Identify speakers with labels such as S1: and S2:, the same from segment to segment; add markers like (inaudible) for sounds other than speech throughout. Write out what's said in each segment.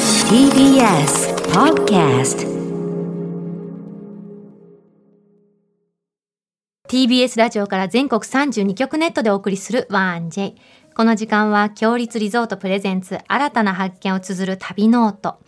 S1: TBS Podcast
S2: TBS ラジオから全国32局ネットでお送りする 1J この時間は強立リゾートプレゼンツ新たな発見を綴る旅ノート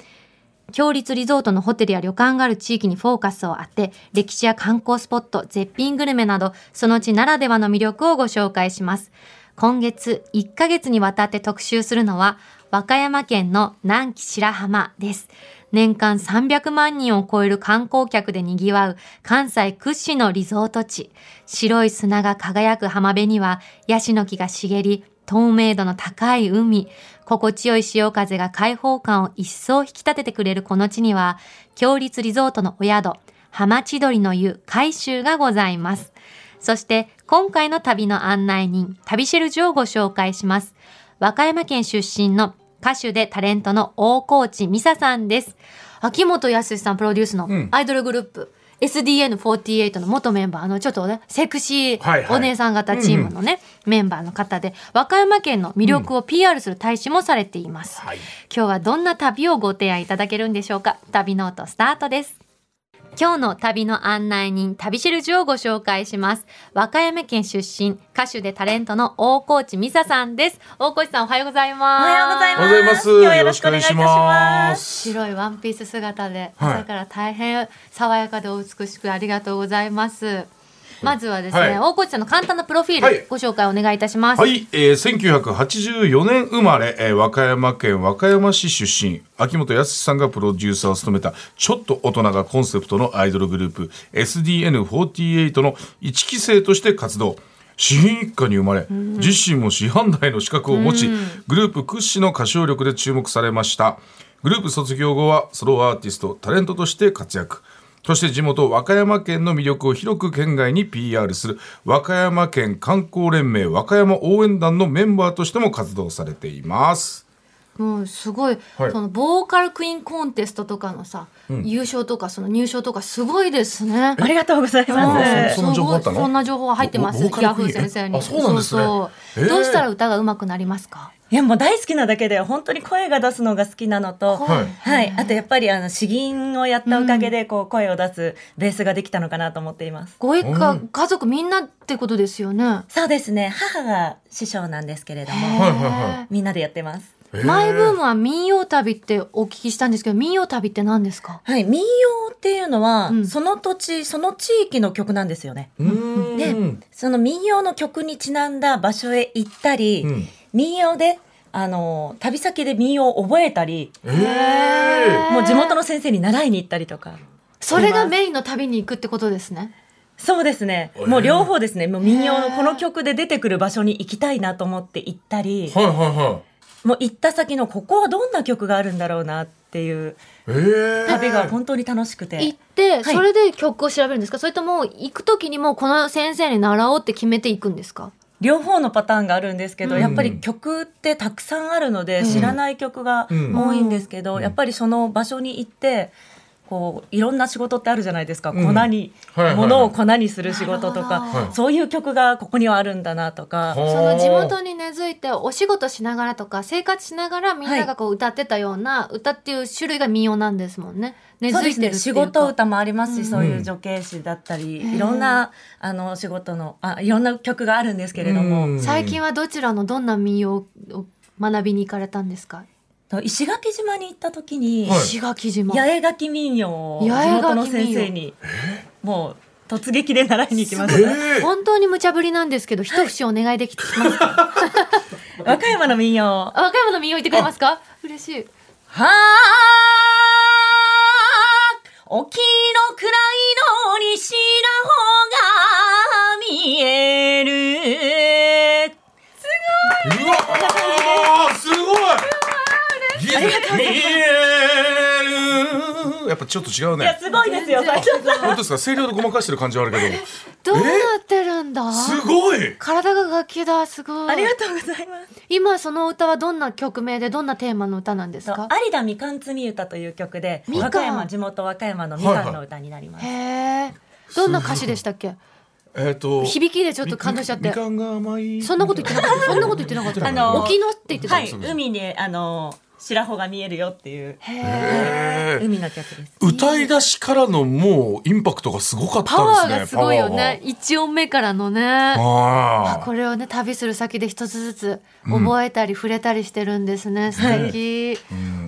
S2: 強立リゾートのホテルや旅館がある地域にフォーカスを当て歴史や観光スポット絶品グルメなどその地ならではの魅力をご紹介します今月1ヶ月にわたって特集するのは和歌山県の南紀白浜です年間300万人を超える観光客で賑わう関西屈指のリゾート地白い砂が輝く浜辺にはヤシの木が茂り透明度の高い海、心地よい潮風が開放感を一層引き立ててくれるこの地には、強立リゾートのお宿、浜千鳥の湯、海舟がございます。そして、今回の旅の案内人、旅シェルジュをご紹介します。和歌山県出身の歌手でタレントの大河内美沙さんです。秋元康さんプロデュースのアイドルグループ、SDN48 の元メンバーのちょっとねセクシ
S3: はい
S2: ー
S3: はい
S2: お姉さん方チームのね、メンバーの方で和歌山県の魅力を PR する大使もされています、
S3: はい
S2: 今日はどんな旅をご提案いただけるんでしょうか旅ノートスタートです今日の旅の案内人旅シェルジュをご紹介します和歌山県出身歌手でタレントの大河内美沙さんです大河内さんおはようござい
S4: お
S2: ます
S4: はようござい
S3: お
S4: ます。
S3: はようございます。
S4: 今日
S3: よ
S4: よ
S3: ろ
S4: ろ
S3: し
S4: し
S3: く
S4: く
S3: お
S4: お
S3: 願い
S4: 願いい
S3: した
S4: し
S3: ま
S4: ます。
S3: す。
S2: 白いワンピース姿で、
S3: はい
S2: 朝から大変爽やかでお美しくありがとうございます。まずはですね、
S3: はい
S2: 大河内さんの簡単なプロフィール、
S3: はい
S2: ご紹介お願いいたします。
S3: はい、えー、1984年生まれ、えー和歌山県和歌山市出身秋元康さんがプロデューサーを務めたちょっと大人がコンセプトのアイドルグループ SDN48 の1期生として活動詩品一家に生まれ自身も師範代の資格を持ちグループ屈指の歌唱力で注目されましたグループ卒業後はソロアーティストタレントとして活躍そして地元和歌山県の魅力を広く県外に PR する和歌山県観光連盟和歌山応援団のメンバーとしても活動されています。
S2: もうすごい、
S3: はい
S2: そのボーカルクイーンコンテストとかのさ、優勝とかその入賞とかすごいですね。
S4: ありがとうござい
S3: あ
S4: ます。
S3: そんな情報あった
S2: すご
S3: の
S2: いそんな情報は入ってます
S3: ボボー。カ
S2: ヤ
S3: ルク
S2: フ
S3: イーン
S2: ー先生に。
S3: あそうなんですね
S2: そう
S3: へえ
S2: どうしたら歌が上手くなりますか。
S4: いやもう大好きなだけで本当に声が出すのが好きなのと、
S3: はい
S4: はい、あとやっぱりあの詩吟をやったおかげでこう声を出すベースができたのかなと思っています。
S2: ご一家、
S3: うん
S2: 家族みんなってことですよね。
S4: そうですね。母が師匠なんですけれど
S2: へ
S4: も、
S2: え
S3: はいはいは
S4: みんなでやってます。
S2: マイブー
S3: ム
S2: ムは民謡旅ってお聞きしたんですけど、民謡旅って何ですか。
S4: はい、民謡っていうのは、
S2: うん
S4: その土地その地域の曲なんですよね。
S3: うーん
S4: その民謡の曲にちなんだ場所へ行ったり、
S3: うん
S4: 民謡であの旅先で民謡を覚えたり、
S3: ええ
S4: もう地元の先生に習いに行ったりとか。
S2: それがメインの旅に行くってことですね。
S4: そうですね。
S3: えー
S4: もう両方ですね。もう民謡のこの曲で出てくる場所に行きたいなと思って行ったり、
S3: はいはいはい
S4: もう行った先のここはどんな曲があるんだろうなっていう
S3: ええ
S4: 旅が本当に楽しくて。
S2: 行って、
S4: い
S2: それで曲を調べるんですか、それとも行く時にもうこの先生に習おうって決めていくんですか。
S4: 両方のパターンがあるんですけど、
S2: うん
S4: やっぱり曲ってたくさんあるの
S2: う
S4: で、
S2: ん
S4: 知らない曲が
S3: うん
S4: 多いんですけど、
S3: うん
S4: やっぱりその場所に行ってこういろんな仕事ってあるじゃないですか、
S3: うん
S4: 粉に、
S3: はいはいはい
S4: 物を粉にする仕事
S2: な
S4: と
S2: る
S4: か
S2: ほど
S3: はい
S4: そういう曲がここにはあるんだなとか、
S3: はあ
S2: その地元に根付いてお仕事しながらとか生活しながらみんながこう歌ってたような歌っていう種類が民謡なんですもんね。根
S4: そう
S2: 付
S4: で
S2: い
S4: す
S2: てるっていう
S4: ね
S2: か。
S4: 仕事歌もありますし、
S2: うん
S4: そういう女系詩だったり、
S2: うん
S4: いろんなあの仕事のあいろんな曲があるんですけれども、
S3: うん
S2: 最近はどちらのどんな民謡を学びに行かれたんですか。
S4: と石垣島に行った時に、
S3: はい
S2: 石垣島。
S4: 八重垣民謡を地
S2: 八重垣民謡
S4: 元の先生にもう突撃で習いに行きまし
S3: ええ
S2: 本当に無茶ぶりなんですけど、一節お願いできますか。
S4: た和歌山の民謡
S2: あ和歌山の民謡言ってくれますか。嬉しい。
S4: はー沖の暗いのに白穂が見える
S3: うわーすごい見えるやっぱちょっと違う
S4: いや
S3: ね
S4: すごいですよ
S2: 全然
S4: 斉藤さん
S3: 本当ですか声量でごまかしてる感じはあるけど
S2: どうなってるんだ。
S3: すごい
S2: 体が楽器だ。すごい。
S4: ありがとうございます
S2: 今その歌はどんな曲名でどんなテーマの歌なんですか。
S4: 有田みかん摘み歌という曲で
S2: みかん
S4: 和歌山地元和歌山のみかんの歌になります、
S2: へえ。どんな歌詞でしたっけ。
S3: えっ、と
S2: 響きでちょっと感動しちゃって
S3: みみかんが甘い
S2: そんなこと言ってなかった。そんなこと言ってなかっ
S3: あ
S2: た。
S3: の
S2: 沖のって言ってた。
S4: はい、海にあの白穂が見えるよっていう
S3: へー
S4: 海の曲です。
S3: 歌い出しからのもうインパクトがすごかっ
S2: パワ
S3: た
S2: ー
S3: ですね
S2: がすごいよね。一音目からのね
S3: パ。ワーがあー
S2: これをね旅する先で一つずつ覚えたり触れたりしてるんですね、素敵、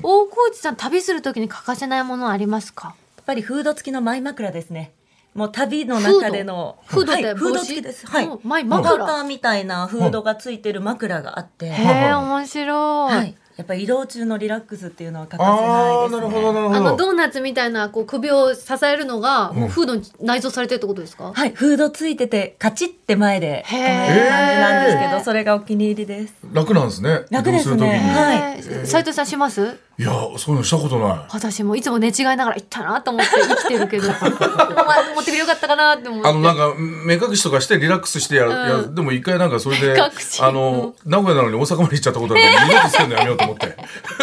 S2: 大河内さん旅する時に欠かせないものありますか
S4: やっぱりフード付きのマイ枕ですね。もう旅の中での
S2: フード
S4: は
S2: フードって帽
S4: いフード
S2: 子
S4: 付きです。はい
S2: うん。マイ
S4: パウ
S2: 枕
S4: ダーみたいなフードがついてる枕があって、
S2: へえ面白い、
S4: はい。やっぱり移動中のリラックスっていうのは欠かせ
S3: あーな
S4: ない
S3: る
S4: です
S3: ほど
S4: ね。
S3: なる
S2: あの
S3: ほど
S2: ドーナツみたいなこう首を支えるのがもうフードに内蔵されてるってことですか、
S4: はい、フードついててカチッて前で止める
S2: へー
S4: 感じなんですけど、それがお気に入りです。
S3: 楽なんですね
S4: 楽です
S3: 移動
S4: ね
S3: る時に
S4: はい
S2: えー斉藤さんします
S3: いやそういうのしたことない
S2: 私もいつも寝違いながら行ったなと思って生きてるけ
S3: (laughs)
S2: どお前持ってくれよかったかなって思って
S3: あのなんか目隠しとかしてリラックスしてやる、やるでも一回なんかそれで
S2: 目隠し
S3: あの名古屋なのに大阪まで行っちゃったことあるから二度とするのやめようと思って
S2: (laughs)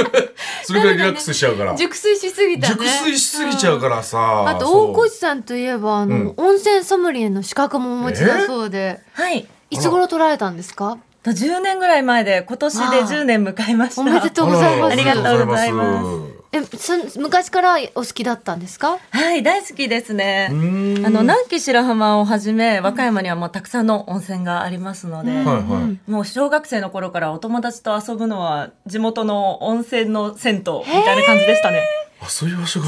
S3: それぐらいリラックスしちゃうから、
S2: 熟睡しすぎたね
S3: 熟睡しすぎちゃうからさ、
S2: あと
S3: そう
S2: 大越さんといえばあの、温泉ソムリエの資格もお持ちだそうで、
S4: はい。
S2: いつ頃取られたんですか
S4: と10年ぐらい前で今年で
S2: わあ
S4: 10年迎えました。
S2: おめでとうございます
S4: ありがとうございます
S3: あららありがとうございま
S2: えそ昔からお好きだったんですか
S4: はい、大好きですね。
S3: ー
S4: あ
S3: ん
S4: の、南紀白浜をはじめ、和歌山にはもうたくさんの温泉がありますので、
S3: はいはい、
S4: もう小学生の頃からお友達と遊ぶのは地元の温泉の銭湯みたいな感じでしたね。
S3: あそういう場所が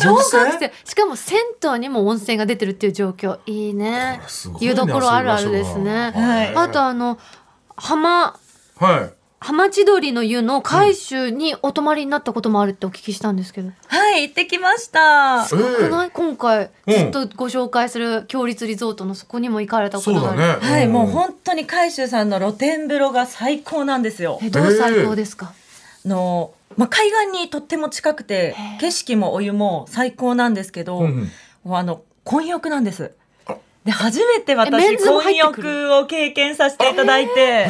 S2: 小
S3: 温
S2: 学
S3: 泉
S2: 生しかも銭湯にも温泉が出てるっていう状況いいね
S3: すごいな
S2: 湯どころあるあるですね
S3: そういう場所が
S4: はい
S2: あとあの浜
S3: はい
S2: 浜千鳥の湯の海州にお泊まりになったこともあるってお聞きしたんですけど、
S4: はい、行ってきました。
S2: すごくない今回
S3: うん
S2: ずっとご紹介する強立リゾートのそこにも行かれたこ
S3: そ
S2: と
S3: う
S2: があ
S3: だ
S2: る
S3: ね
S4: はい、
S3: ん
S4: もう本当に海舟さんの露天風呂が最高なんですよ。
S2: えどう最高ですか、
S4: あの、まあ、海岸にとっても近くて、景色もお湯も最高なんですけど、
S3: うんうん
S4: もうあの、混浴なんです。で、初めて私、
S2: えメンズも
S4: 混
S2: 入ってくる
S4: 浴を経験させていただいて、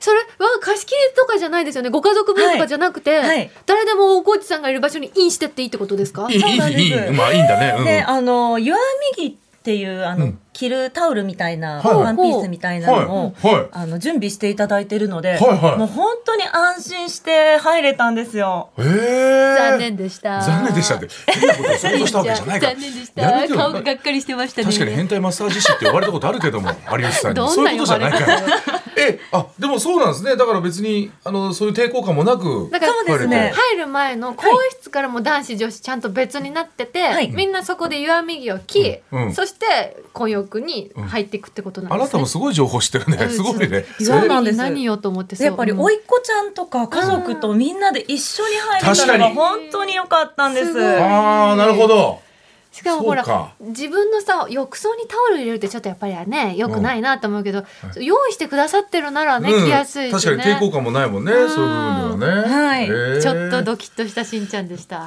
S2: それは貸し切りとかじゃないですよねご家族分とかじゃなくて、
S4: いはい
S2: 誰でも大河内さんがいる場所にインしてっていいってことですか
S3: いい
S4: そうなんです
S3: いいいいまあいいんだね、うん、
S4: で、あの、湯あみ着っていう、あの、
S3: うん
S4: 着るタオルみたいな、
S3: はい
S4: ワンピースみたいなのを、
S3: はいはい
S4: あの、準備していただいてるの
S3: は
S4: で、
S3: いはい
S4: もう本当に安心して入れたんですよ。
S3: えー、
S2: 残念でした
S3: 残念でしたって変なことを想像したわけじゃないから
S2: 残念でし
S3: やめ
S2: た
S3: てよ
S2: 顔ががっかりしてましたね
S3: 確かに変態マッサージ師って呼ばれたことあるけども有吉さんに
S2: どん
S3: そう
S2: な
S3: いう
S2: 呼ばれ方
S3: ことじゃないからえあでもそうなんですねだから別にあのそういう抵抗感もなく
S2: だから
S4: そうですね
S2: 入る前の更衣室からも男子女子ちゃんと別になってて、
S4: はい
S2: みんなそこで湯あみ着を着、
S3: うんうん
S2: そして混浴に入っていくってことなん
S3: あ
S2: で
S3: な
S2: す
S3: た
S2: ね、
S3: もすごい情報してるねすごいね
S2: 湯
S4: そ
S2: あ
S4: うなん
S2: み
S4: で
S2: 着
S4: す
S2: 何よと思って
S4: でやっぱり、甥っ子ちゃんとか家族とみんなで一緒に入れ
S3: 確
S4: た
S3: か
S4: のが
S3: に
S4: 本当に良かったんです。
S2: すごい
S3: ああなるほど
S2: しかもほら
S3: そうか
S2: 自分のさ浴槽にタオル入れるってちょっとやっぱりねよくないなと思うけど、用意してくださってるならね、
S3: うん
S2: 着やすいしね
S3: 確かに抵抗感もないもんねそううんいう部分ではね
S4: はい
S3: えー
S2: ちょっとドキッとしたしんちゃんでした。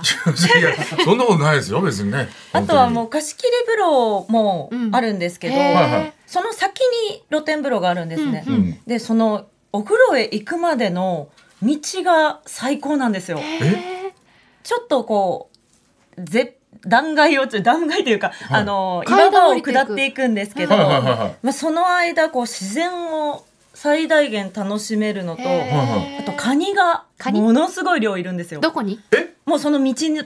S3: いやそんなことないですよ別にね
S4: あとはも
S3: う
S4: う貸し切り風呂もあるんですけど、
S2: へー
S3: はいはい
S4: その先に露天風呂があるんですね。
S2: うんうん
S4: でそのお風呂へ行くまでの道が最高なんですよ。
S2: へ
S4: ちょっとこうぜ断崖をちょ断崖というか、
S3: い
S4: あの岩
S2: 階
S4: 場
S2: 段
S4: を
S2: を降りていく
S4: 下っていくんですけど、
S3: はいはいはいはい
S4: まあ、その間こう自然を最大限楽しめるのと、
S2: へー
S4: あとカニが
S2: カニ
S4: ものすごい量いるんですよ
S2: ー。どこに？
S4: もうその道沿いに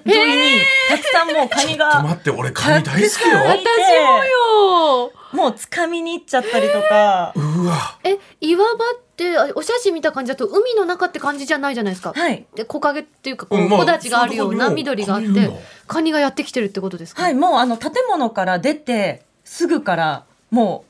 S4: たくさんもうカ
S3: 待
S4: ニが
S3: って俺カニ大好きよ
S4: たくさんいて
S2: よ。
S4: もう掴みに行っちゃったりとか、
S3: うわ
S2: え岩場ってあお写真見た感じだと海の中って感じじゃないじゃないですか。
S4: はい。
S2: で木陰っていうかこ
S3: うん
S2: う
S3: まあ
S2: 木立があるような
S3: そういうとこ
S2: 緑
S3: にも
S2: があって
S3: カニいるんだ
S2: カニがやってきてるってことですか？
S4: はい、もうあの建物から出てすぐからも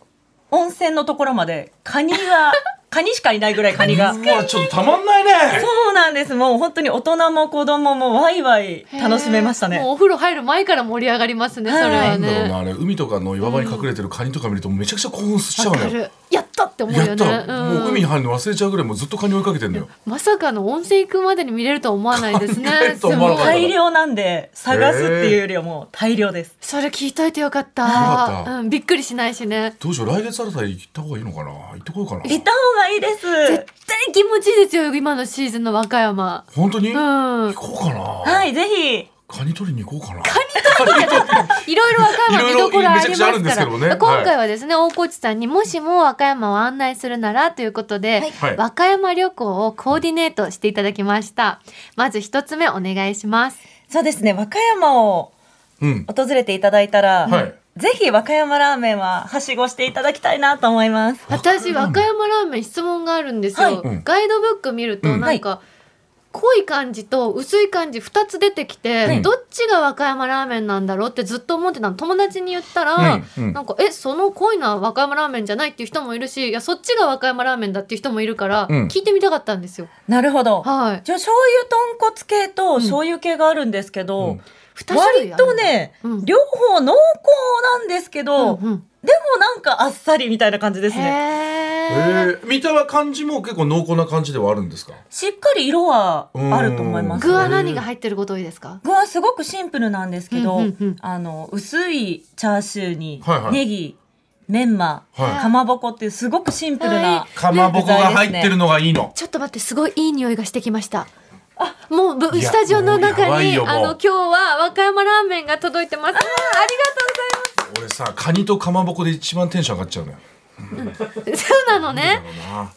S4: う温泉のところまでカニ (laughs) がカニしかいないぐらいカニが
S3: う。わちょっとたまんないね
S4: そうなんです。もう本当に大人も子供もワイワイ
S2: へー
S4: 楽しめましたね
S2: もう。お風呂入る前から盛り上がりますねそれ
S3: な
S2: は
S3: んだろう
S2: ね。
S3: なあれ海とかの岩場に隠れてるカニとか見るとめちゃくちゃ興奮しちゃ
S2: わ
S3: う
S2: か
S3: のよ
S2: る。やったって思う
S3: や
S2: よ
S3: っ
S2: ね。
S3: た
S2: うん
S3: もう海に入るの忘れちゃうぐらいもうずっとカニ追いかけてんのよ
S2: まさかの温泉行くまでに見れるとは思わないです
S3: (laughs)
S2: ね
S3: 考え。ると思わなかった
S2: すごい
S4: 大量なんで探すっていうよりはもう大量です。
S2: それ聞いといてよかった。
S3: よかった
S2: うん、びっくりしないしね。
S3: どうしよう来月あたり行った方がいいのかな行ってこようかな
S4: 行った方がいいです。
S2: 絶対気持ちいいですよ今のシーズンの和歌山。
S3: 本当に、
S2: うん
S3: 行こうかな、
S4: はい、ぜひ。
S3: カニ取りに行こうかな。
S2: いろいろ和歌山見どころあります
S3: いろいろめちゃくちゃあるんで
S2: か
S3: すけ
S2: ら
S3: どねはい
S2: 今回はですね大河内さんにもしも和歌山を案内するならということで、
S3: はい
S2: 和歌山旅行をコーディネートしていただきましたまず一つ目お願いします
S4: そうですね和歌山を
S3: うん。
S4: 訪れていただいたら、
S3: はい
S4: ぜひ和歌山ラーメンははしごしていただきたいなと思います。
S2: 私和歌山ラーメン質問があるんですよ、
S4: はい
S3: うん
S2: ガイドブック見る
S3: う
S2: と
S3: ん
S2: なんか、濃い感じと薄い感じ2つ出てきて、
S3: い
S2: どっちが和歌山ラーメンなんだろうってずっと思ってたの友達に言ったら、
S3: うんうん
S2: なんかえその濃いのは和歌山ラーメンじゃないっていう人もいるしいやそっちが和歌山ラーメンだっていう人もいるから、
S3: うん
S2: 聞いてみたかったんですよ。
S4: なるほど。
S2: はい、
S4: じゃあ醤油豚骨系と醤油系があるんですけど、
S3: うん
S2: 2種類
S4: 割
S2: ある
S4: とね、
S2: うん
S4: 両方濃厚なんですけ
S2: う
S4: ど、
S2: んうん
S4: でもなんかあっさりみたいな感じですね。
S3: え
S2: へー
S3: ー、見た感じも結構濃厚な感じではあるんですか。
S4: しっかり色はあると思います。
S2: 具は何が入ってること多いですか
S4: 具はすごくシンプルなんですけど、
S2: うんうんうん
S4: あの薄いチャーシューに
S3: はいはい
S4: ネギ、メンマ、
S3: はい
S4: かまぼこっていうすごくシンプルな
S2: は
S3: かまぼこが入ってるのがいいの。
S2: ちょっと待ってすごいいい匂いがしてきました。もうぶ
S3: いや
S2: スタジオの
S3: もうや
S2: 中
S3: ばい
S2: に
S3: よもう
S2: あの今日は和歌山ラーメンが届いてます。あーあ (laughs)
S3: 俺さ、カニとかまぼこで一番テンション上がっちゃうのよ。
S2: りがとう。そうなの
S3: だ
S2: ね
S3: ろ。うな。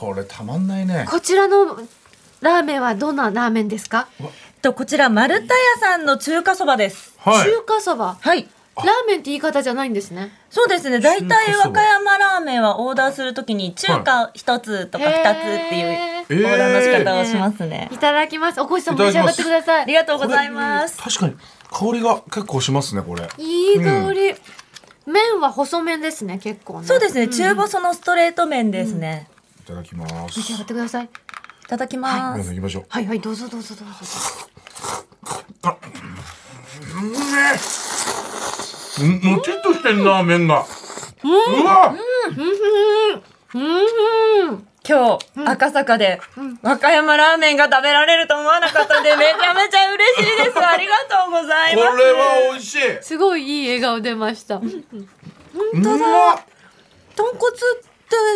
S3: これたまんないね。
S2: こちらのラーメンはどんなラーメンですか？
S4: えっとこちら丸太屋さんの中華そばです。
S3: はい。
S2: 中華そば。
S4: はい。
S2: ラーメンって言い方じゃないんですね。
S4: そうですね。大体
S3: 中華そば
S4: 和歌山ラーメンはオーダーするときに中華一つとか二つっていう
S2: へー
S3: え
S4: オーダーの仕
S3: ー
S4: 方をしますね。
S2: いただきます。おこしさん
S3: い
S2: も
S3: た
S2: 召
S3: だ
S2: し
S3: き
S2: 上
S3: ま
S2: がって
S3: す
S2: くださ
S4: あり
S2: い。
S4: がとうございます。
S3: 確かに香りが結構しますねこれ。
S2: いい香り。麺は細麺ですね。結構ね。
S4: そうですね。
S2: ん
S4: 中細のストレート麺ですね。
S3: いただきます。
S2: 召し上がってください。
S4: いただきま
S3: 皆
S4: す
S3: さん。行きましょう。
S2: はいはいどうぞどうぞどうぞ。
S3: うんもちっとしてんな麺が。うわ。
S4: 今日、赤坂で、和歌山ラーメンが食べられると思わなかったんで、めちゃめちゃ嬉しいです。ありがとうござい
S3: こ
S4: ま
S3: れ
S4: す。
S3: は美味しい。
S2: すごいいい笑顔出ました。
S3: うまっ。
S2: 豚骨って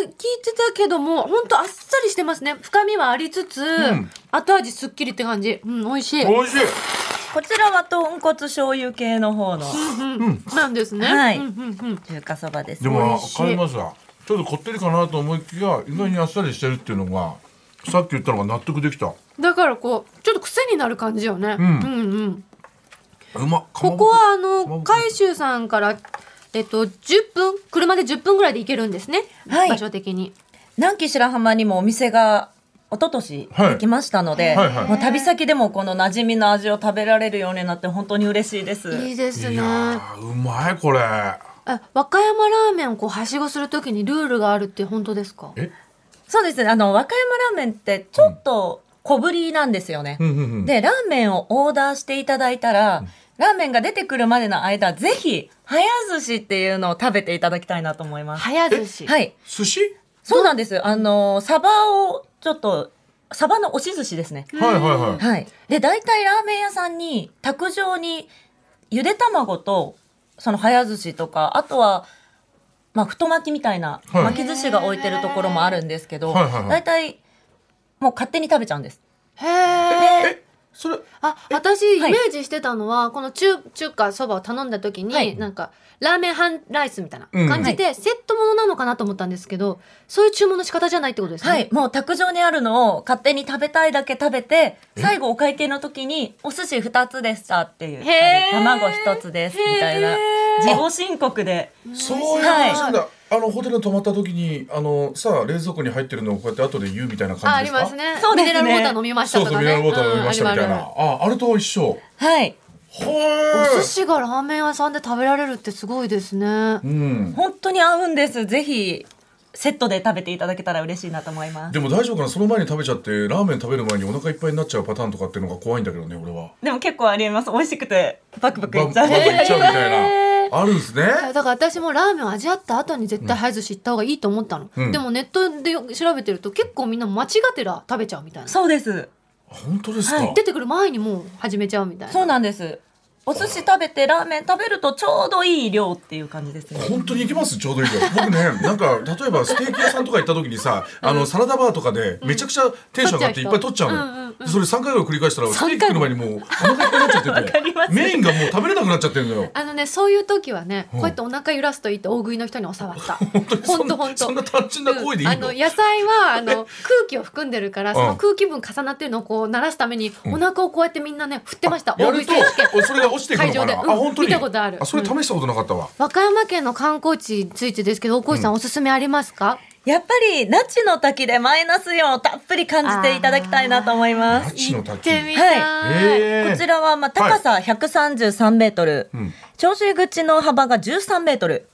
S2: 聞いてたけども本当あっさりしてますね深みはありつつ、
S3: ん
S2: 後味すっきりって感じうん美味しい、
S3: 美味しい。
S4: こちらは豚骨醤油系の方の
S2: うん、なんですね、
S4: はい
S2: うんうんうん
S4: 中華そばです。
S3: でもわ
S4: 美味しい
S3: かりますわ。ちょっとこってりかなと思いきや意外にあっさりしてるっていうのがさっき言ったのが納得できた。
S2: だからこうちょっと癖になる感じよね、
S3: ん
S2: うんうん
S3: うまっ。か
S2: こ
S3: まぼ
S2: こはあ
S3: かまぼ
S2: の
S3: こ
S2: 海州さんからえっと10分車で10分ぐらいで行けるんですね、
S4: はい
S2: 場所的に
S4: 南紀白浜にもお店が一昨年
S3: はい
S4: できましたので、
S3: はいはい
S4: もう旅先でもこの馴染みの味を食べられるようになって本当に嬉しいです。
S2: いいです
S3: い
S2: ね
S3: やーうまいこれ。
S2: え和歌山ラーメンをこうはしごするときにルールがあるって本当ですか
S3: え。
S4: そうですね。あの和歌山ラーメンってちょっと小ぶりなんですよね。
S3: うんうんうん。
S4: でラーメンをオーダーしていただいたら、ラーメンが出てくるまでの間ぜひ早寿司っていうのを食べていただきたいなと思います。
S2: 早寿司、
S4: はい、
S3: 寿司？
S4: そうなんです。あのサバをちょっとサバの押し寿司ですね。
S3: はいはいはい。
S4: はい。で、大体ラーメン屋さんに、卓上に、ゆで卵と、その早寿司とか、あとは、まあ、太巻きみたいな、
S3: はい
S4: 巻き寿司が置いてるところもあるんですけど、
S3: はいはいはい
S4: 大体、もう勝手に食べちゃうんです。
S2: へえ
S4: で、
S3: それ
S2: あ、私イ
S4: はい
S2: メージしてたのは、この中中華そばを頼んだ時に、
S4: はい
S2: なんかラーメン半ライスみたいな
S3: うん
S2: 感じで、セットものなのかなと思ったんですけど、そういう注文の仕方じゃないってことですね。
S4: はい。もう卓上にあるのを勝手に食べたいだけ食べて、最後お会計の時に、お寿司2つでしたっていう、
S2: へー
S4: 卵1つですみたい
S2: へ
S4: な
S2: ー、
S4: 自己申告で。
S3: そういう
S4: はい
S3: 話なんだ、あのホテル泊まった時にあのさあ冷蔵庫に入ってるのをこうやって後で言うみたいな
S2: あ、あ
S3: 感
S2: り
S3: じですか
S2: ますね。
S4: そうですね
S2: ミネラルウォーター飲みました
S3: そう
S2: と
S3: そ
S2: か
S3: うミ
S2: ね。
S3: ネラルウォーター飲みましたみた
S2: う
S3: いな、
S2: んあるあるある
S3: ああれと一緒
S4: はい。
S3: ほ
S2: お寿
S3: ー
S2: 司がラーメン屋さんで食べられるってすごいですね。
S3: うん
S4: 本当に合うんです。ぜひセットで食べていただけたら嬉しいなと思います。
S3: でも大丈夫かなその前に食べちゃってラーメン食べる前にお腹いっぱいになっちゃうパターンとかっていうのが怖いんだけどね俺は
S4: でも結構ありえます。美味しくてバクバクい
S3: バ
S4: っ
S3: ン
S4: ち
S3: バ
S4: ゃ
S3: ン
S4: う。
S3: いっちゃうみたいな、
S2: へー
S3: あるんですね
S2: いやだから私もラーメンを味わった後に絶対早寿司行った方がいいと思ったの、
S3: うん
S2: でもネットで調べてると結構みんな間違ってら食べちゃうみたいな
S4: (laughs) そうです。
S3: 本当ですか、
S4: はい
S2: 出てくる前にもう始めちゃうみたいな
S4: そうなんです。お寿司食べてラーメン食べるとちょうどいい量っていう感じですね
S3: 本当に行けますちょうどいいよ僕
S2: (laughs)
S3: ねなんか例えばステーキ屋さんとか行った時にさ、あのサラダバーとかでめちゃくちゃテンション上がっていっぱい取っちゃうの、それ3回ぐらい繰り返したらステーキ食う前にもうお腹いっぱいになっちゃってて、メインがもう食べれなくなっちゃってるのよ
S2: あのねそういう時はね、こうやってお腹揺らすといいって大食いの人に教わ
S3: (laughs)
S2: った。本当
S3: そんな
S2: 本当。
S3: そんな単純な行為でいいの
S2: うんあの野菜はあの空気を含んでるから、そ
S3: うん
S2: の空気分重なってるのをこう鳴らすために、お腹をこうやってみんなね振ってました。
S3: や
S2: 大食
S3: る
S2: い
S3: と
S2: 選手権。
S3: おそれが落ちていくのかな、
S2: 会場でうん
S3: あ本当に
S2: 見たことある
S3: それ試したことなかったわ、
S2: 和歌山県の観光地についてですけど、大越さん、おすすめありますか？
S4: やっぱり那智の滝でマイナスイオンをたっぷり感じていただきたいなと思いま
S3: ナ
S4: す
S3: チの
S2: 行っ
S3: 滝
S2: てみたい。
S3: えー
S4: こちらはまあ高さ133メートル、
S3: ん
S4: 長州口の幅が13メートル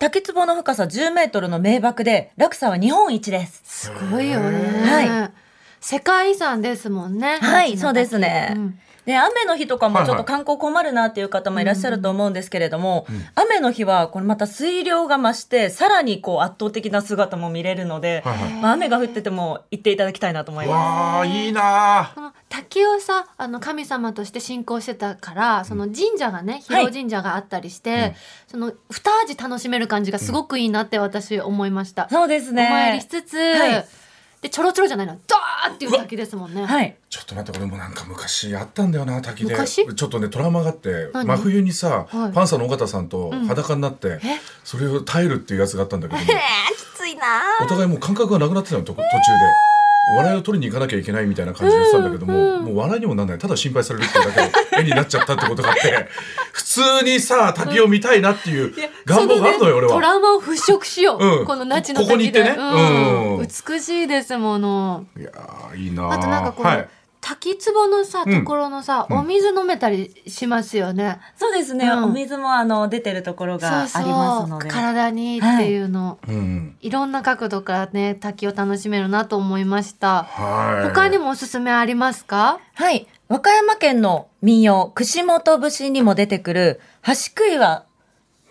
S4: 滝壺の深さ10メートルの名瀑で落差は日本一です
S2: すごいよね。
S4: はい
S2: 世界遺産ですもんね。
S4: はいそうですね、
S2: うん
S4: で雨の日とか
S3: はい
S4: も
S3: はい
S4: ちょっと観光困るなっていう方もいらっしゃると思うんですけれども、雨の日はこれまた水量が増してさらにこう圧倒的な姿も見れるので、
S3: はいはい
S4: まあ、雨が降ってても行っていただきたいなと思います。
S3: わあいいな
S2: この滝をさあの神様として信仰してたからその神社がね
S4: はい
S2: 広尾神社があったりして、その二味楽しめる感じがすごくいいなって私思いました、
S4: そうです
S2: お参り
S4: ね
S2: し。つつ、
S4: はい
S2: でちょろちょろじゃないのドーっていう滝ですもんね、
S4: はい。
S3: ちょっと待ってこれもなんか昔あったんだよな滝で
S2: 昔
S3: ちょっとねトラウマがあって
S2: 何
S3: 真冬にさ、
S2: はい
S3: パンサーの尾形さんと裸になって、それを耐えるっていうやつがあったんだけども、
S4: ついな
S3: お互いもう感覚がなくなってたのと途中で。笑いを取りに行かなきゃいけないみたいな感じでしたんだけども、もう笑いにもなんないただ心配されるっていうだけで絵になっちゃったってことがあって普通にさ滝を見たいなっていう願望があるのよ俺
S2: ト
S3: は。
S2: ラウマを払拭しよう、
S3: うん
S2: この那智の
S3: ここに行
S2: 滝
S3: って
S2: で
S3: ね
S2: うん
S3: うん
S2: 美しいですもの
S3: いやーいいなー
S2: あとなんかこの、
S3: はい
S2: 滝壺のさ
S3: うん
S2: ところのさ、お水飲めたりしますよね、
S4: そうですね。
S2: うん
S4: お水もあの出てるところがありますので。
S2: 体にっていうの、
S3: うん、
S2: い、ろんな角度からね滝を楽しめるなと思いました
S3: はい
S2: 他にもおすすめありますか
S4: はい。和歌山県の民謡、串本節にも出てくる、橋食いは、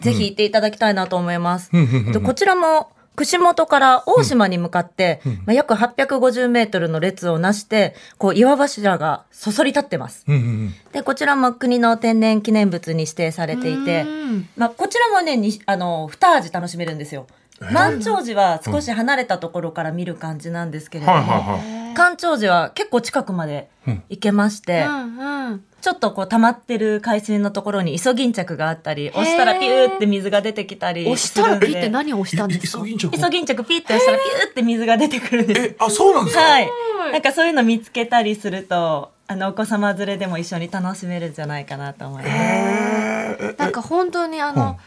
S4: ぜひ行っていただきたいなと思います。
S3: んうんうんうん
S4: でこちらも、串本から大島に向かって、まあ、約850メートルの列をなして、こう、岩柱がそそり立ってます。
S3: うんうんうん
S4: で、こちらも国の天然記念物に指定されていて、
S2: うん
S4: まあ、こちらもねにあの二味楽しめるんですよ。満潮時は少し離れたところから見る感じなんですけれど
S3: はい
S4: も、
S3: はいはい。
S4: 干潮時は結構近くまで行けまして、
S2: うんうん
S4: ちょっとこう溜まってる海水のところにイソギンチャクがあったり押したらピューって水が出てきたり
S2: 押したらピって
S4: な
S2: 何を押したんですか
S3: いい急ぎん
S4: イソギンチャクピーって押したらピューって水が出てくるんです。
S3: え、あ、そうなんですか。
S4: はい、なんかそういうの見つけたりするとあのお子様連れでも一緒に楽しめるんじゃないかなと思います。
S2: なんか本当にあの、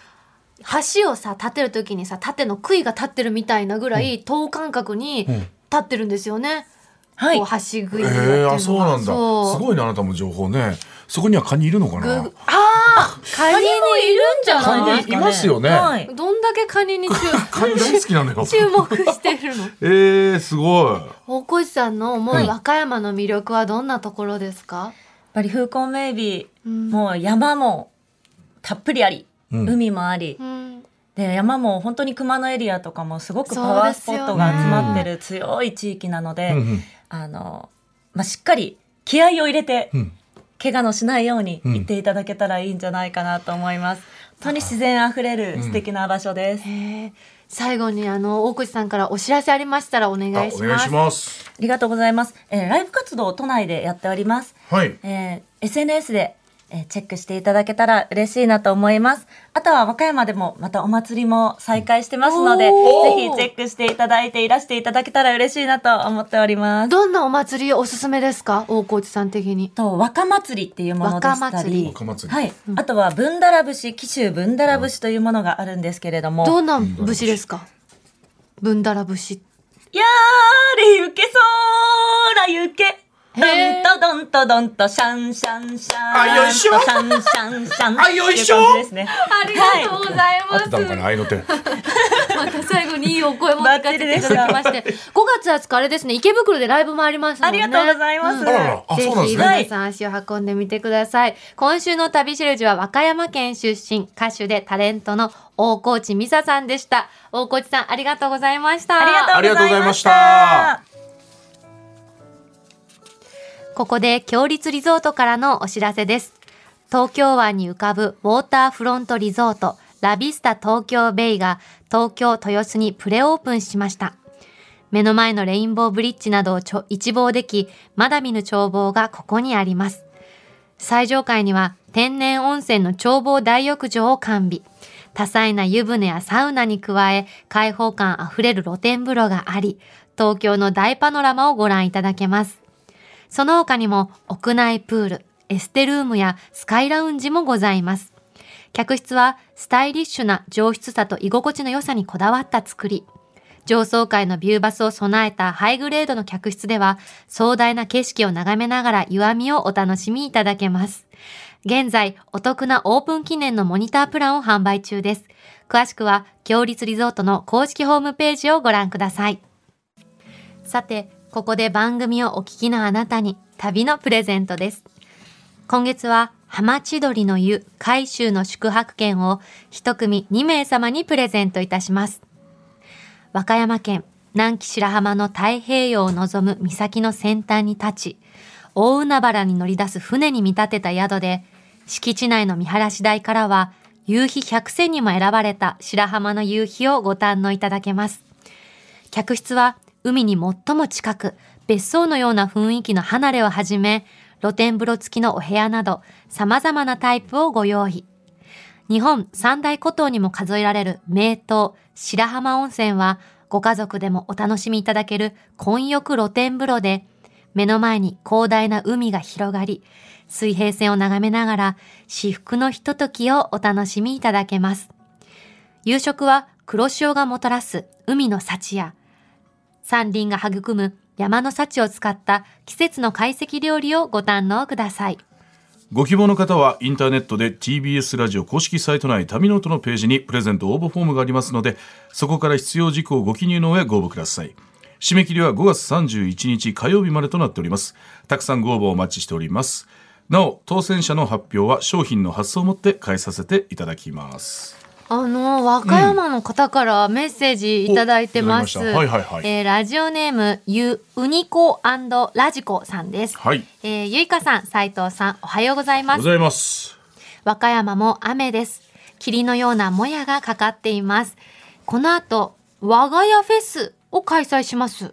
S2: 橋をさ立てる時にさ縦の杭が立ってるみたいなぐらい等間隔に立ってるんですよね、
S4: はい
S2: こう橋杭に
S3: え
S2: なってるの
S3: ー、
S2: が
S3: あ、そうなんだ。す
S2: そう
S3: ごいね、あなたも情報ね。そこにはカニいるのかな。
S2: ぐあーカニもいるんじゃ
S3: カニ
S2: ない
S3: ねいますよね
S4: はい
S2: どんだけカニに注
S3: カニ大好きなのよ。
S2: 注目してるの
S3: えー、すごい。
S2: 大越さんの思う
S3: はい
S2: 和歌山の魅力はどんなところですか、
S4: やっぱり風光明媚、
S2: うん
S4: もう山もたっぷりあり、
S3: うん
S4: 海もあり、
S2: うん、
S4: で山も本当に熊野エリアとかもすごくパ
S2: そう
S4: ワー
S2: で
S4: ス
S2: す
S4: ポ
S2: よね
S4: ットが集まってる強い地域なので、
S3: うんうん
S4: あのまあ、しっかり気合を入れて、
S3: うん
S4: 怪我のしないように
S3: うん
S4: 行っていただけたらいいんじゃないかなと思います。本当に自然あふれる素敵な場所です。あ
S2: えー最後にあの大越さんからお知らせありましたらお願
S3: あ、
S2: い
S3: お
S2: し
S3: 願
S2: ま
S3: い
S2: す
S3: します。
S4: りがとうございます。えーライブ活動を都内でやっております。
S3: はい。
S4: えー SNS で、えーチェックしていただけたら嬉しいなと思います。あとは和歌山でもまたお祭りも再開してますので、ぜ
S2: おー
S4: ひチェックしていただいていらしていただけたら嬉しいなと思っております。
S2: どんなお祭りおすすめですか大越さん的に
S4: と若祭りっていうものでした
S2: 若祭
S4: り、
S2: り
S3: 若祭り
S4: はい、あとはぶんだら節、紀州ぶんだら節というものがあるんですけれども、
S2: どんな武士ですかぶんだら武士
S4: やーれゆけそーらゆけ。ど
S2: へー
S4: んとどんとどんとシャンシャンシャン。
S3: あよいしょ
S4: シャンシャンシャン。
S3: あよいしょ
S4: ってう感じですね。あ
S2: ござい
S3: あってたのかな、愛の手。
S2: また最後にいいお声も聞かせていただきまして、5月20日あれですね、池袋でライブもありますので、ね、
S4: ありがとうございます
S2: ん
S3: あららあ
S2: ぜ
S3: そうなんで
S2: ひ
S3: すね
S2: 皆さん足を運んでみてください。今週の旅しるじは和歌山県出身、歌手でタレントの大河内美沙さんでした。大河内さんありがとうございました。
S4: ありがとうございまし
S3: あ
S4: た。
S2: ここで強立リゾートからのお知らせです。東京湾に浮かぶウォーターフロントリゾートラビスタ東京ベイが東京豊洲にプレオープンしました。目の前のレインボーブリッジなどをちょ一望でき、まだ見ぬ眺望がここにあります。最上階には天然温泉の眺望大浴場を完備。多彩な湯船やサウナに加え、開放感あふれる露天風呂があり、東京の大パノラマをご覧いただけます。その他にも屋内プール、エステルームやスカイラウンジもございます。客室はスタイリッシュな上質さと居心地の良さにこだわった作り。上層階のビューバスを備えたハイグレードの客室では壮大な景色を眺めながら湯あみをお楽しみいただけます。現在、お得なオープン記念のモニタープランを販売中です。詳しくは、強立リゾートの公式ホームページをご覧ください。さて、ここで番組をお聞きのあなたに旅のプレゼントです。今月は浜千鳥の湯海州の宿泊券を一組2名様にプレゼントいたします。和歌山県南紀白浜の太平洋を望む岬の先端に立ち、大海原に乗り出す船に見立てた宿で、敷地内の見晴らし台からは夕日100選にも選ばれた白浜の夕日をご堪能いただけます。客室は海に最も近く、別荘のような雰囲気の離れをはじめ、露天風呂付きのお部屋など、様々なタイプをご用意。日本三大古島にも数えられる名湯、白浜温泉は、ご家族でもお楽しみいただける混浴露天風呂で、目の前に広大な海が広がり、水平線を眺めながら、至福のひとときをお楽しみいただけます。夕食は黒潮がもたらす海の幸や、山林が育む山の幸を使った季節の懐石料理をご堪能ください。
S3: ご希望の方はインターネットで TBS ラジオ公式サイト内旅ノートのページにプレゼント応募フォームがありますのでそこから必要事項をご記入の上ご応募ください締め切りは5月31日火曜日までとなっておりますたくさんご応募お待ちしておりますなお当選者の発表は商品の発送をもって返させていただきます
S5: あの和歌山の方からメッセージいただいてます。
S3: おいただきましたはいはいはい
S5: えーラジオネームゆウニコラジコさんです。
S3: はい
S5: えーゆいかさん、斉藤さん、おはようございます
S3: ご。ざいます
S5: 和歌山も雨です。霧のようなもやがかかっています。この後、我が家フェスを開催します。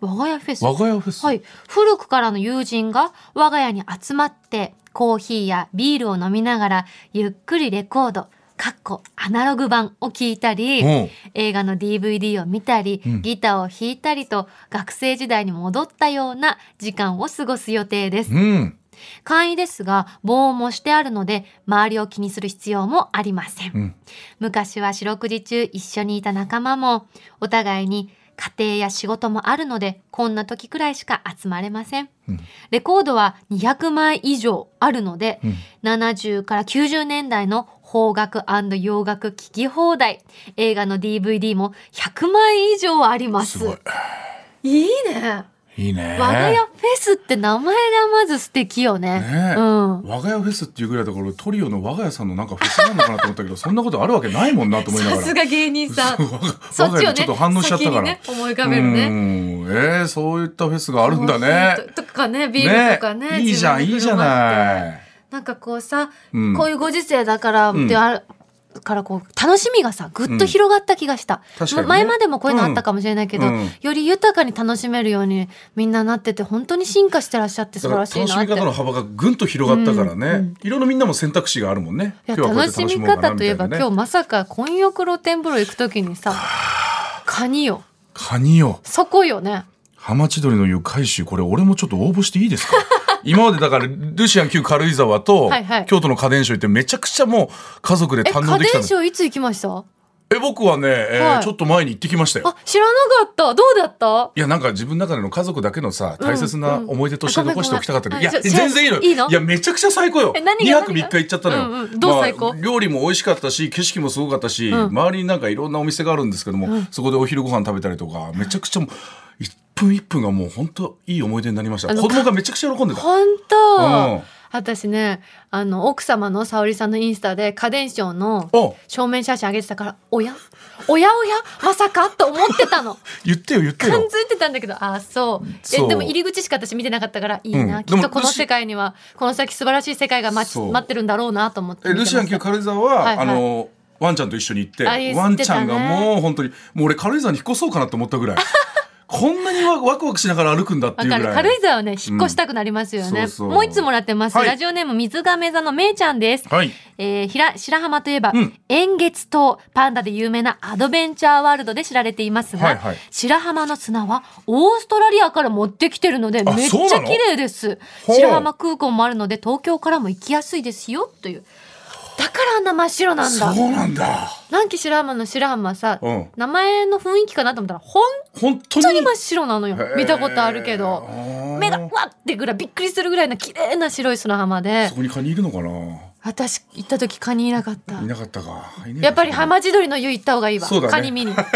S5: 我が家フェス
S3: 我が家フェス、
S5: はい、古くからの友人が我が家に集まってコーヒーやビールを飲みながらゆっくりレコードかっこアナログ版を聞いたり
S3: うん
S5: 映画の DVD を見たり、
S3: ん
S5: ギターを弾いたりと学生時代に戻ったような時間を過ごす予定です
S3: うん
S5: 簡易ですが防音もしてあるので周りを気にする必要もありません、
S3: うん
S5: 昔は四六時中一緒にいた仲間もお互いに家庭や仕事もあるのでこんな時くらいしか集まれません、
S3: うん
S5: レコードは200枚以上あるので、
S3: うん
S5: 70から90年代の邦楽洋楽聴き放題映画の DVD も100枚以上あります
S3: すごい
S5: いいね
S3: いいね
S5: 我が家フェスって名前がまず素敵よね
S3: ね
S5: う
S3: え
S5: ん
S3: 我が家フェスっていうぐらいだからトリオの我が家さんのなんかフェスなのかなと思ったけどそんなことあるわけないもんなと思いながら
S5: さすが芸人
S3: (laughs)
S5: さんそ
S3: 我
S5: っ
S3: が
S5: ち
S3: 家
S5: を
S3: で
S5: ね
S3: ちょっと反応しちゃったから、
S5: 先にね思い浮かべるね
S3: うんえー、そういったフェスがあるんだね
S5: ととかねビールとかね
S3: いいじゃん
S5: 自分
S3: い
S5: で
S3: いじ
S5: 振
S3: ゃ
S5: る舞って
S3: ない
S5: なんかこうさ、
S3: うん
S5: こういうご時世だからってある、からこう楽しみがさぐっと広がった気がした、
S3: 確かにね
S5: 前までもこういうのあったかもしれないけど、
S3: うんうん
S5: より豊かに楽しめるようにみんななってて本当に進化してらっしゃって素
S3: だ
S5: 晴ら
S3: から楽
S5: し
S3: し
S5: い
S3: み
S5: なって
S3: 方の幅がぐんと広がったからね、いろんなみんなも選択肢があるもんね
S5: いや
S3: 今日はこうや
S5: 楽
S3: って
S5: しみ
S3: もうかな
S5: 方といえば
S3: みた
S5: 今日
S3: なね
S5: まさか混浴露天風呂行く時にさカニよ
S3: カニよ
S5: そこよね
S3: 浜千鳥の湯回収これ俺もちょっと応募していいで
S5: (laughs)
S3: すか今までだからルシアン旧軽井沢と
S5: はいはい
S3: 京都の家電商行ってめちゃくちゃもう家族で
S5: え
S3: 堪能
S5: 家
S3: できた
S5: 電
S3: んです
S5: 商いつ行きました
S3: え僕はね、えー
S5: はい
S3: ちょっと前に行ってきましたよ
S5: あ知らなかったどうだった
S3: いやなんか自分の中での家族だけのさ大切な思い出として
S5: うんうん
S3: 残しておきたかったけど、
S5: あ
S3: いや
S5: ごめんごめんあ
S3: 全然いいの
S5: いいの
S3: やめちゃくちゃ最高よ
S5: え何が
S3: 2泊
S5: 何
S3: 3
S5: が
S3: 日行っちゃったのよ、
S5: うんうんどう最高
S3: まあ、料理も美味しかったし景色もすごかったし、周りになんかいろんなお店があるんですけども、そこでお昼ご飯食べたりとかめちゃくちゃもう1分1分がもう本当いい思い出になりました
S5: の
S3: 子供がめちゃくちゃ喜んでた
S5: 本当、
S3: うん
S2: 私ねあの奥様の沙織さんのインスタで家電商の
S3: お
S2: 正面写真上げてたからおやおやおやまさかと思って
S3: (laughs)
S2: たの
S3: 言ってよ言って
S2: 感
S3: よ
S2: づいてたんだけどああそうえ
S3: そう
S2: でも入り口しか私見てなかったからいいな、
S3: うん
S2: きっ
S3: でも
S2: とこの
S3: ルシ
S2: 世界にはこの先素晴らしい世界が待ち
S3: そう
S2: 待ってるんだろうなと思って
S3: え
S2: 見て
S3: ル
S2: まし
S3: シア
S2: た
S3: ン級軽井沢は、
S2: はいはい
S3: あのワンちゃんと一緒に行って
S2: あ言ってたね
S3: ワンちゃんがもう本当にもう俺軽井沢に引っ越そうかなと思っ
S2: (laughs)
S3: たぐらいこんなにワワクワクしながら歩くんだって
S2: わ
S3: いう
S2: か
S3: ぐ
S2: る
S3: らい
S2: 軽井沢はね引っ越したくなりますよね、
S3: うんそうそう
S2: もう一つもらってます、
S3: はい
S2: ラジオネーム水亀座のめいちゃんです、
S3: はい
S2: えー、ひら白浜といえば、
S3: うん
S2: 円月島パンダで有名なアドベンチャーワールドで知られていますが、
S3: はいはい
S2: 白浜の砂はオーストラリアから持ってきてるのでめ
S3: あ
S2: っち
S3: そうな
S2: ゃ
S3: の
S2: 綺麗です
S3: ほう
S2: 白浜空港もあるので東京からも行きやすいですよというだからあんな真っ白なんだ
S3: そうなんだ
S2: 南紀白浜の白浜さ、
S3: うん
S2: 名前の雰囲気かなと思ったら本
S3: 本当
S2: 当に
S3: に
S2: 真っ白なのよ
S3: へー
S2: 見たことあるけど
S3: あー
S2: 目がうわってぐらいびっくりするぐらいの綺麗な白い砂浜で
S3: そこにカニいるのかな
S2: 私行った時カニいなかった
S3: いなかったかいねえか
S2: やっぱり浜千鳥の湯行った方がいいわ。
S3: そうだね
S2: カニ見に。うん
S3: (laughs)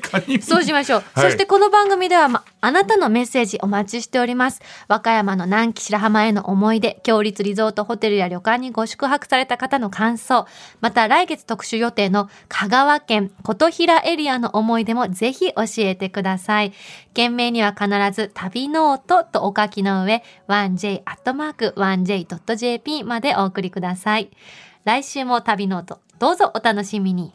S3: カニ見に
S2: そうしましょう。
S3: はい
S2: そしてこの番組では、ま、あなたのメッセージお待ちしております。和歌山の南紀白浜への思い出、強立リゾートホテルや旅館にご宿泊された方の感想、また来月特集予定の香川県琴平エリアの思い出もぜひ教えてください。件名には必ず旅ノートとお書きの上、1j.1j.jp までお送りください。来週も旅ノート、どうぞお楽しみに。